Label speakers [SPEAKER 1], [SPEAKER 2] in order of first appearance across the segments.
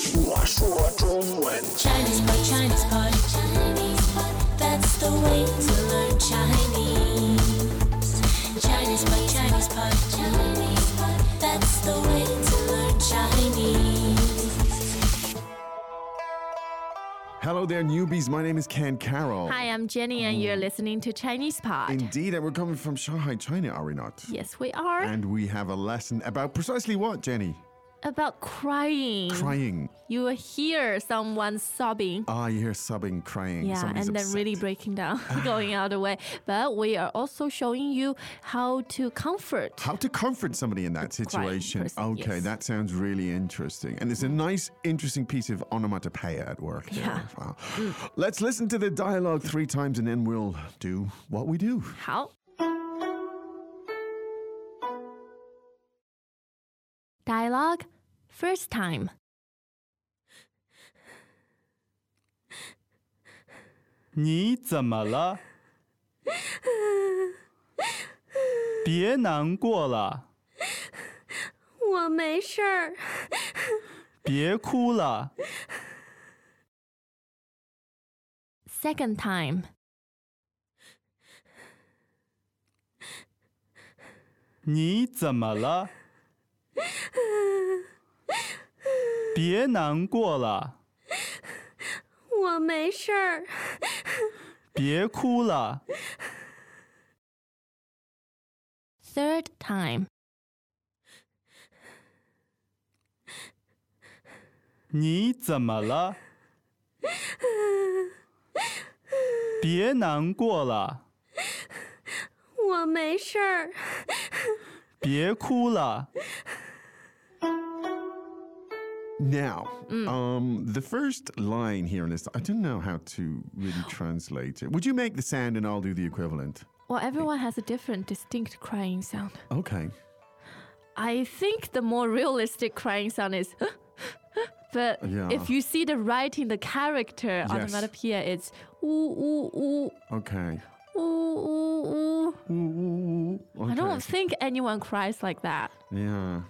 [SPEAKER 1] 说中文。
[SPEAKER 2] Chinese pot, Chinese pot, Chinese pot. That's the way to learn Chinese. Chinese pot, Chinese pot, Chinese pot. That's the way to learn Chinese.
[SPEAKER 3] Hello there, newbies. My name is Ken Carroll.
[SPEAKER 4] Hi, I'm Jenny, and you're listening to Chinese Pod.
[SPEAKER 3] Indeed, Oh. and we're coming from Shanghai, China, are we not?
[SPEAKER 4] Yes, we are.
[SPEAKER 3] And we have a lesson about precisely what, Jenny?
[SPEAKER 4] About crying.
[SPEAKER 3] Crying.
[SPEAKER 4] You will hear someone sobbing.
[SPEAKER 3] Ah, you hear sobbing, crying.
[SPEAKER 4] yeah,
[SPEAKER 3] Oh, Somebody's
[SPEAKER 4] and then
[SPEAKER 3] upset.
[SPEAKER 4] really breaking down, going all the way. But we are also showing you how to comfort.
[SPEAKER 3] How to comfort somebody in that
[SPEAKER 4] crying
[SPEAKER 3] situation.
[SPEAKER 4] person,
[SPEAKER 3] okay,
[SPEAKER 4] yes.
[SPEAKER 3] that sounds really interesting. And it's a nice, interesting piece of onomatopoeia at work. there
[SPEAKER 4] Yeah. Mm.
[SPEAKER 3] as well. Let's listen to the dialogue three times and then we'll do what we do.
[SPEAKER 4] 好。Dialogue first time.
[SPEAKER 5] “你怎么了？别难过了，
[SPEAKER 6] 我没事儿，
[SPEAKER 5] 别哭了，
[SPEAKER 4] Second time.
[SPEAKER 5] 你怎么了？别难过了，
[SPEAKER 6] 我没事儿，
[SPEAKER 5] 别哭了，
[SPEAKER 4] Third time.
[SPEAKER 5] 你怎么了？别难过了，
[SPEAKER 6] 我没事儿，
[SPEAKER 5] 别哭了，
[SPEAKER 3] Now,
[SPEAKER 4] Mm.
[SPEAKER 3] um, the first line here in this, I don't know how to really translate it. Would you make the sound and I'll do the equivalent?
[SPEAKER 4] Well, everyone has a different, distinct crying sound.
[SPEAKER 3] Okay.
[SPEAKER 4] I think the more realistic crying sound is. but
[SPEAKER 3] Yeah.
[SPEAKER 4] if you see the writing, the character on
[SPEAKER 3] Yes.
[SPEAKER 4] the onomatopoeia, it's ooh, ooh,
[SPEAKER 3] Okay.
[SPEAKER 4] ooh, ooh, ooh, ooh.
[SPEAKER 3] Okay.
[SPEAKER 4] I don't think anyone cries like that.
[SPEAKER 3] Yeah.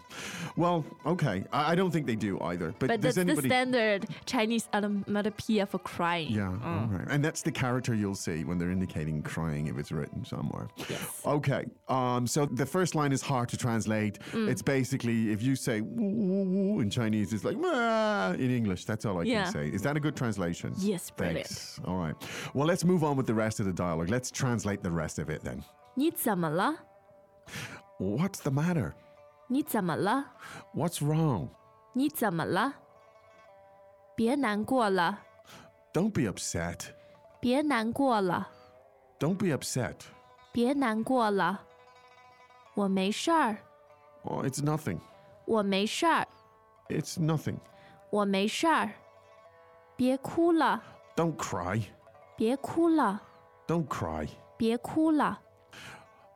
[SPEAKER 3] Well, okay. I, I don't think they do either. But,
[SPEAKER 4] But
[SPEAKER 3] does
[SPEAKER 4] that's
[SPEAKER 3] anybody?
[SPEAKER 4] the standard Chinese onomatopoeia for crying.
[SPEAKER 3] yeah. All
[SPEAKER 4] Mm.
[SPEAKER 3] right. And that's the character you'll see when they're indicating crying if it's written somewhere.
[SPEAKER 4] Yes.
[SPEAKER 3] Okay. Um, so the first line is hard to translate.
[SPEAKER 4] Mm.
[SPEAKER 3] It's basically if you say "woo, woo, woo" in Chinese, it's like "Wah," in English. That's all I
[SPEAKER 4] Yeah.
[SPEAKER 3] can say. Is that a good translation?
[SPEAKER 4] Yes, brilliant.
[SPEAKER 3] Thanks. All right. Well, let's move on with the rest of the dialogue. Let's translate the rest of it then.
[SPEAKER 4] 你怎么了?
[SPEAKER 3] What's the matter?
[SPEAKER 4] 你怎么了?
[SPEAKER 3] What's wrong?
[SPEAKER 4] 你怎么了?别难过了,
[SPEAKER 3] Don't be upset.
[SPEAKER 4] 别难过了,
[SPEAKER 3] Don't be upset.
[SPEAKER 4] 别难过了.我没事儿,
[SPEAKER 3] Oh, it's nothing.
[SPEAKER 4] 我没事儿,
[SPEAKER 3] It's nothing.
[SPEAKER 4] 我没事儿.别哭了,
[SPEAKER 3] Don't cry.
[SPEAKER 4] 别哭了,
[SPEAKER 3] Don't cry.
[SPEAKER 4] 别哭了.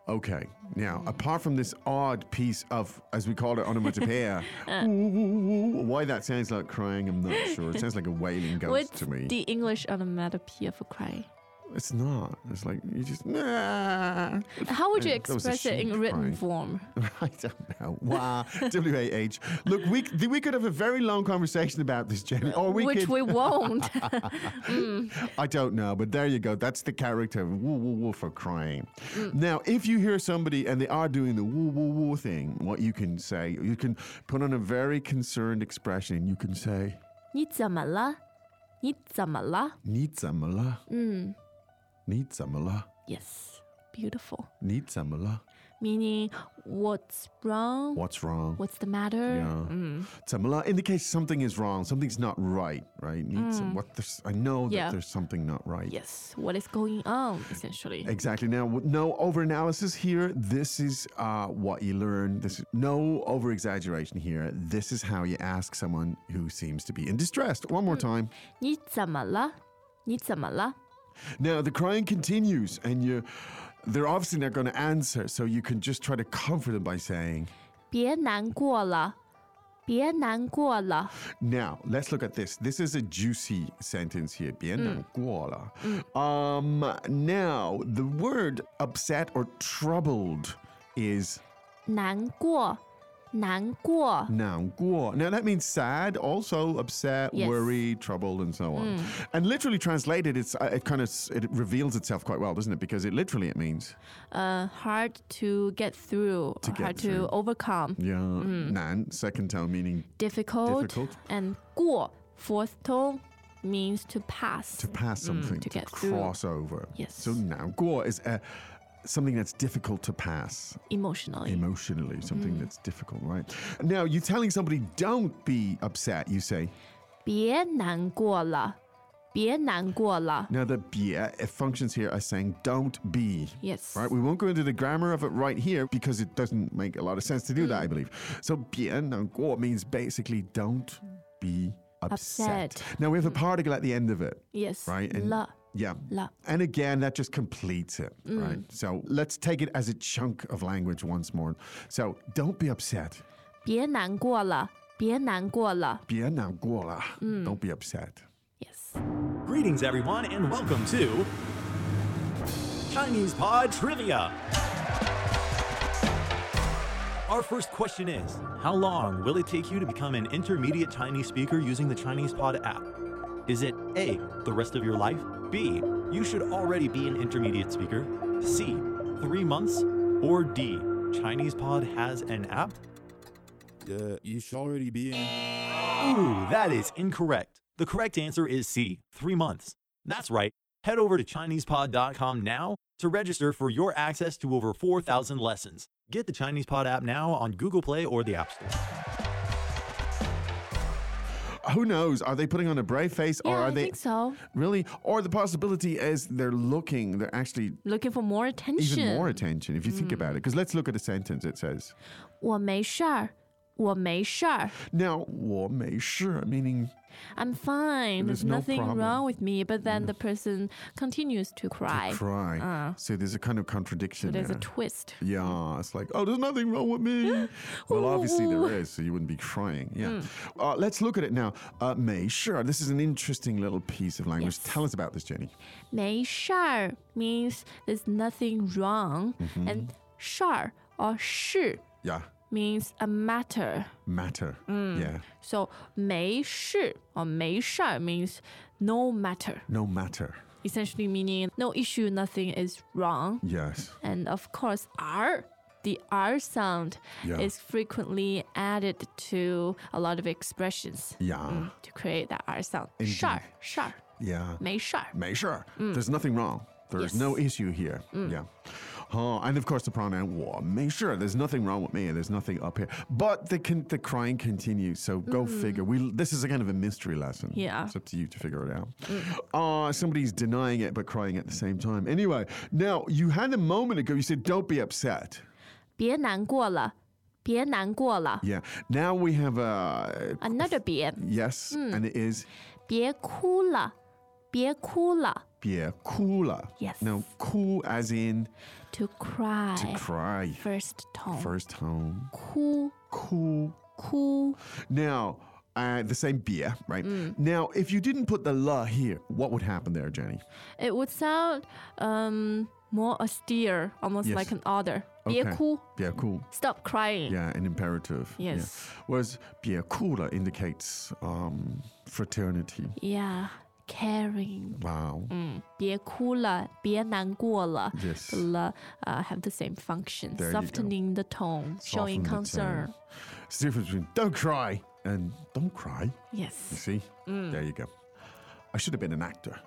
[SPEAKER 3] Okay.
[SPEAKER 4] Mm.
[SPEAKER 3] Now, apart from this odd piece of, as we call it, onomatopoeia,
[SPEAKER 4] Uh.
[SPEAKER 3] ooh, ooh, ooh, why that sounds like crying, I'm not sure. It sounds like a wailing ghost
[SPEAKER 4] What's
[SPEAKER 3] to me.
[SPEAKER 4] the English onomatopoeia for crying?
[SPEAKER 3] It's not. It's like you just. "Nah."
[SPEAKER 4] How would you
[SPEAKER 3] Yeah, that was a
[SPEAKER 4] express it in
[SPEAKER 3] sheep
[SPEAKER 4] written
[SPEAKER 3] crying.
[SPEAKER 4] form?
[SPEAKER 3] I don't know. Wah. W A H. Look, we c- we could have a very long conversation about this, Jenny, or we
[SPEAKER 4] Which
[SPEAKER 3] could.
[SPEAKER 4] we won't.
[SPEAKER 3] I don't know, but there you go. That's the character woo woo woo for crying. Now, if you hear somebody and they are doing the woo woo woo thing, what you can say, you can put on a very concerned expression and you can say,
[SPEAKER 4] 你怎么了?你怎么了?
[SPEAKER 3] Nitsamala.
[SPEAKER 4] Mm.
[SPEAKER 3] Nitsamala.
[SPEAKER 4] Yes, beautiful.
[SPEAKER 3] Nitsamala.
[SPEAKER 4] Meaning, what's wrong?
[SPEAKER 3] What's wrong?
[SPEAKER 4] What's the matter?
[SPEAKER 3] Yeah. Tamala indicates something is wrong, something's not right, right? Nitsam- what there's, I know that
[SPEAKER 4] Yeah.
[SPEAKER 3] there's something not right.
[SPEAKER 4] Yes, what is going on, essentially?
[SPEAKER 3] Exactly. Now, with no over analysis here. This is uh, what you learn. This is no over exaggeration here. This is how you ask someone who seems to be in distress. One more time.
[SPEAKER 4] 你怎么了?你怎么了?
[SPEAKER 3] Now, the crying continues, and you they're obviously not going to answer. So you can just try to comfort them by saying,
[SPEAKER 4] 别难过了,别难过了.
[SPEAKER 3] Now, let's look at this. This is a juicy sentence here. Bien guola. Um, now, the word upset or troubled is
[SPEAKER 4] 难过,难过。
[SPEAKER 3] Now, guo. Now that means sad, also upset,
[SPEAKER 4] Yes. Hmm.
[SPEAKER 3] worried, troubled, and so on. And literally translated, it's uh, it kind of s- it reveals itself quite well, doesn't it? Because it literally it means
[SPEAKER 4] uh, hard to get through,
[SPEAKER 3] To
[SPEAKER 4] or
[SPEAKER 3] get
[SPEAKER 4] hard
[SPEAKER 3] through.
[SPEAKER 4] to overcome,
[SPEAKER 3] yeah,
[SPEAKER 4] Hmm.
[SPEAKER 3] nan second tone meaning
[SPEAKER 4] difficult,
[SPEAKER 3] Difficult.
[SPEAKER 4] and 过 fourth tone means to pass.
[SPEAKER 3] to pass something,
[SPEAKER 4] Hmm, to get through.
[SPEAKER 3] cross over.
[SPEAKER 4] Yes.
[SPEAKER 3] So now guo is uh, something that's difficult to pass
[SPEAKER 4] emotionally.
[SPEAKER 3] emotionally, something
[SPEAKER 4] Hmm.
[SPEAKER 3] that's difficult, right? Now you're telling somebody don't be upset. You say
[SPEAKER 4] 别难过了，别难过了。
[SPEAKER 3] now the bie it functions here as saying don't be.
[SPEAKER 4] Yes.
[SPEAKER 3] Right, we won't go into the grammar of it right here because it doesn't make a lot of sense to do that, I believe. So, 别难过 means basically don't be upset.
[SPEAKER 4] Upset.
[SPEAKER 3] Now, we have a particle at the end of it,
[SPEAKER 4] Yes.
[SPEAKER 3] right?
[SPEAKER 4] La.
[SPEAKER 3] Yeah.
[SPEAKER 4] La. Mm.
[SPEAKER 3] And again, that just completes it, right? So, let's take it as a chunk of language once more. So, don't be upset.
[SPEAKER 4] 别难过了，别难过了。
[SPEAKER 3] uh, 别难过了.
[SPEAKER 4] Mm.
[SPEAKER 3] Don't be upset.
[SPEAKER 4] Yes.
[SPEAKER 1] Greetings, everyone, and welcome to Chinese Pod Trivia. Our first question is How long will it take you to become an intermediate Chinese speaker using the Chinese Pod app? Is it A, the rest of your life? B, you should already be an intermediate speaker? C, three months? Or D, Chinese Pod has an app?
[SPEAKER 7] Uh, you should already be in.
[SPEAKER 1] Ooh, that is incorrect. The correct answer is C, three months. That's right. Head over to ChinesePod.com now to register for your access to over 4,000 lessons. Get the Chinese Pod app now on Google Play or the App Store.
[SPEAKER 3] Who knows? Are they putting on a brave face or
[SPEAKER 4] Yeah,
[SPEAKER 3] are
[SPEAKER 4] I
[SPEAKER 3] they
[SPEAKER 4] think so.
[SPEAKER 3] really? Or the possibility is they're looking, they're actually
[SPEAKER 4] Looking for more attention. Mm.
[SPEAKER 3] even more attention if you think about it. Because let's look at a sentence. It says,
[SPEAKER 4] 我没事儿，我没事儿。
[SPEAKER 3] now, 我没事, meaning
[SPEAKER 4] I'm fine.
[SPEAKER 3] There's
[SPEAKER 4] There's,
[SPEAKER 3] no
[SPEAKER 4] nothing
[SPEAKER 3] problem.
[SPEAKER 4] wrong with me. But then the person continues to cry.
[SPEAKER 3] cry. so there's a kind of contradiction
[SPEAKER 4] so uh. there's a
[SPEAKER 3] there.
[SPEAKER 4] twist.
[SPEAKER 3] yeah, it's like, oh, there's nothing wrong with me. well, obviously there is, so you wouldn't be crying. Yeah.
[SPEAKER 4] Mm.
[SPEAKER 3] Uh, let's look at it now. Uh, 没事, this is an interesting little piece of language. Tell us about this, Jenny.
[SPEAKER 4] 没事儿 means there's nothing wrong,
[SPEAKER 3] Mm-hmm.
[SPEAKER 4] and 事儿 or 事
[SPEAKER 3] Yeah,
[SPEAKER 4] means a matter.
[SPEAKER 3] matter.
[SPEAKER 4] Mm.
[SPEAKER 3] Yeah,
[SPEAKER 4] So 没事 or 没事儿 means no matter,
[SPEAKER 3] no matter.
[SPEAKER 4] essentially meaning no issue, nothing is wrong.
[SPEAKER 3] Yes.
[SPEAKER 4] And of course, r the r sound
[SPEAKER 3] Yeah.
[SPEAKER 4] is frequently added to a lot of expressions Mm,
[SPEAKER 3] Yeah,
[SPEAKER 4] to create that r sound.
[SPEAKER 3] Indeed.
[SPEAKER 4] 事儿事儿
[SPEAKER 3] yeah.
[SPEAKER 4] 没事儿
[SPEAKER 3] 没事儿, There's nothing wrong. There's
[SPEAKER 4] Mm. Yes. Mm.
[SPEAKER 3] no issue here. Yeah. Oh, and of course the pronoun 我没事. There's nothing wrong with me. There's nothing up here. But the con- the crying continues. So go figure. We this is a kind of a mystery lesson.
[SPEAKER 4] Mm-hmm. Yeah. Mm.
[SPEAKER 3] It's up to you to figure it out. Uh, somebody's denying it but crying at the same time. Anyway, now you had a moment ago. You said don't be upset.
[SPEAKER 4] 别难过了，别难过了。
[SPEAKER 3] Yeah. Now we have a
[SPEAKER 4] Another 别。
[SPEAKER 3] yes,
[SPEAKER 4] Mm.
[SPEAKER 3] and it is
[SPEAKER 4] 别哭了，别哭了
[SPEAKER 3] 别哭了.
[SPEAKER 4] Yes.
[SPEAKER 3] Now cool as in
[SPEAKER 4] ，to cry
[SPEAKER 3] to cry.
[SPEAKER 4] first tone，
[SPEAKER 3] First tone.
[SPEAKER 4] 哭
[SPEAKER 3] Cool.
[SPEAKER 4] 哭
[SPEAKER 3] Now, uh, the same beer, right?
[SPEAKER 4] Mm.
[SPEAKER 3] Now, if you didn't put the la here, what would happen there, Jenny?
[SPEAKER 4] ，it would sound um more austere, almost
[SPEAKER 3] Yes.
[SPEAKER 4] like an order，别哭
[SPEAKER 3] Beer cool.
[SPEAKER 4] ，stop crying，
[SPEAKER 3] Yeah, an imperative. yeah.
[SPEAKER 4] Yes.
[SPEAKER 3] Whereas beer cooler indicates um, fraternity.
[SPEAKER 4] Mm. yeah caring，
[SPEAKER 3] Wow.
[SPEAKER 4] Mm. 别哭了，别难过了
[SPEAKER 3] Yes.
[SPEAKER 4] The la- uh, have the same function,
[SPEAKER 3] There you go.
[SPEAKER 4] softening the tone,
[SPEAKER 3] Soften the tone.
[SPEAKER 4] showing concern.
[SPEAKER 3] It's the difference between don't cry and don't cry. You
[SPEAKER 4] Yes.
[SPEAKER 3] see?
[SPEAKER 4] Mm.
[SPEAKER 3] There you go. I should have been an actor.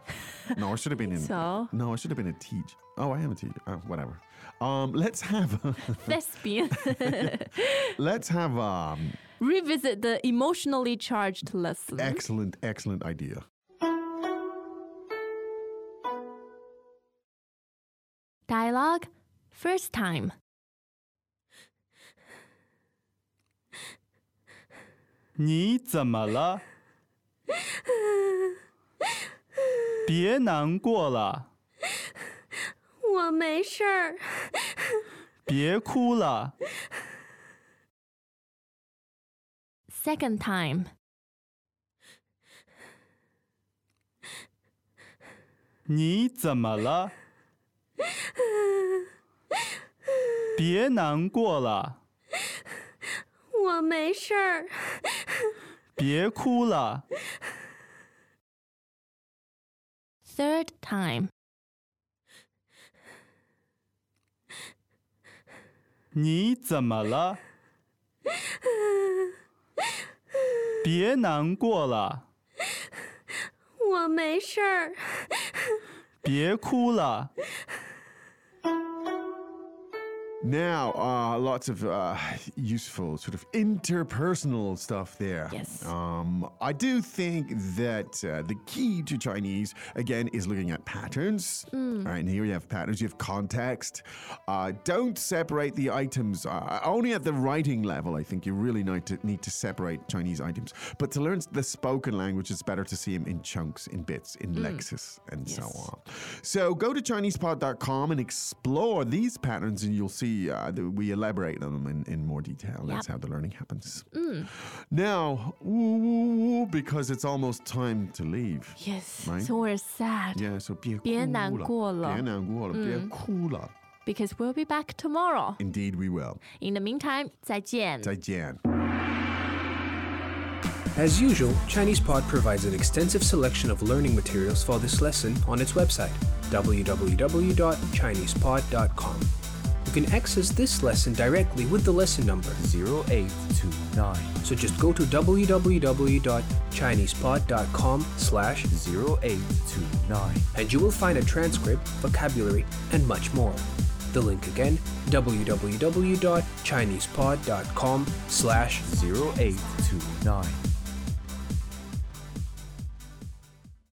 [SPEAKER 3] No, I should have been in.
[SPEAKER 4] so?
[SPEAKER 3] No, I should have been a teacher. Oh, I am a teacher. Oh, whatever. Um, let's have
[SPEAKER 4] Thespian.
[SPEAKER 3] let's have um,
[SPEAKER 4] Revisit the emotionally charged lesson.
[SPEAKER 3] excellent, excellent idea.
[SPEAKER 4] ，dialogue first time。
[SPEAKER 5] 你怎么了？别难过了，
[SPEAKER 6] 我没事儿，
[SPEAKER 5] 别哭了，
[SPEAKER 4] Second time，
[SPEAKER 5] 你怎么了？别难过了，
[SPEAKER 6] 我没事儿。
[SPEAKER 5] 别哭了，
[SPEAKER 4] Third time.
[SPEAKER 5] 你怎么了？别难过了，
[SPEAKER 6] 我没事儿。
[SPEAKER 5] 别哭了，
[SPEAKER 3] Now, uh, lots of uh, useful sort of interpersonal stuff there.
[SPEAKER 4] Yes.
[SPEAKER 3] Um, I do think that uh, the key to Chinese, again, is looking at patterns. All right, and here you have patterns, you have context. Uh, don't separate the items. Uh, only at the writing level, I think you really need to, need to separate Chinese items. But to learn the spoken language, it's better to see them in chunks, in bits, in lexis, and so
[SPEAKER 4] Yes.
[SPEAKER 3] on. So go to ChinesePod.com and explore these patterns, and you'll see uh, that we elaborate on them in, in more detail. That's how the learning happens. Now, woo, woo, woo, because it's almost time to leave.
[SPEAKER 4] Yes.
[SPEAKER 3] Right.
[SPEAKER 4] So we're sad
[SPEAKER 3] Yeah, so 别哭了,
[SPEAKER 4] 别难过了。
[SPEAKER 3] 别难过了,别哭了.
[SPEAKER 4] because we'll be back tomorrow.
[SPEAKER 3] Indeed, we will.
[SPEAKER 4] In the meantime, 再见.
[SPEAKER 3] 再见.
[SPEAKER 8] As usual, ChinesePod provides an extensive selection of learning materials for this lesson on its website, www.chinesepod.com. You can access this lesson directly with the lesson number
[SPEAKER 9] 0829
[SPEAKER 8] So just go to www.chinesepod.com slash
[SPEAKER 9] 0829
[SPEAKER 8] and you will find a transcript, vocabulary, and much more. The link again, www.chinesepod.com slash
[SPEAKER 9] 0829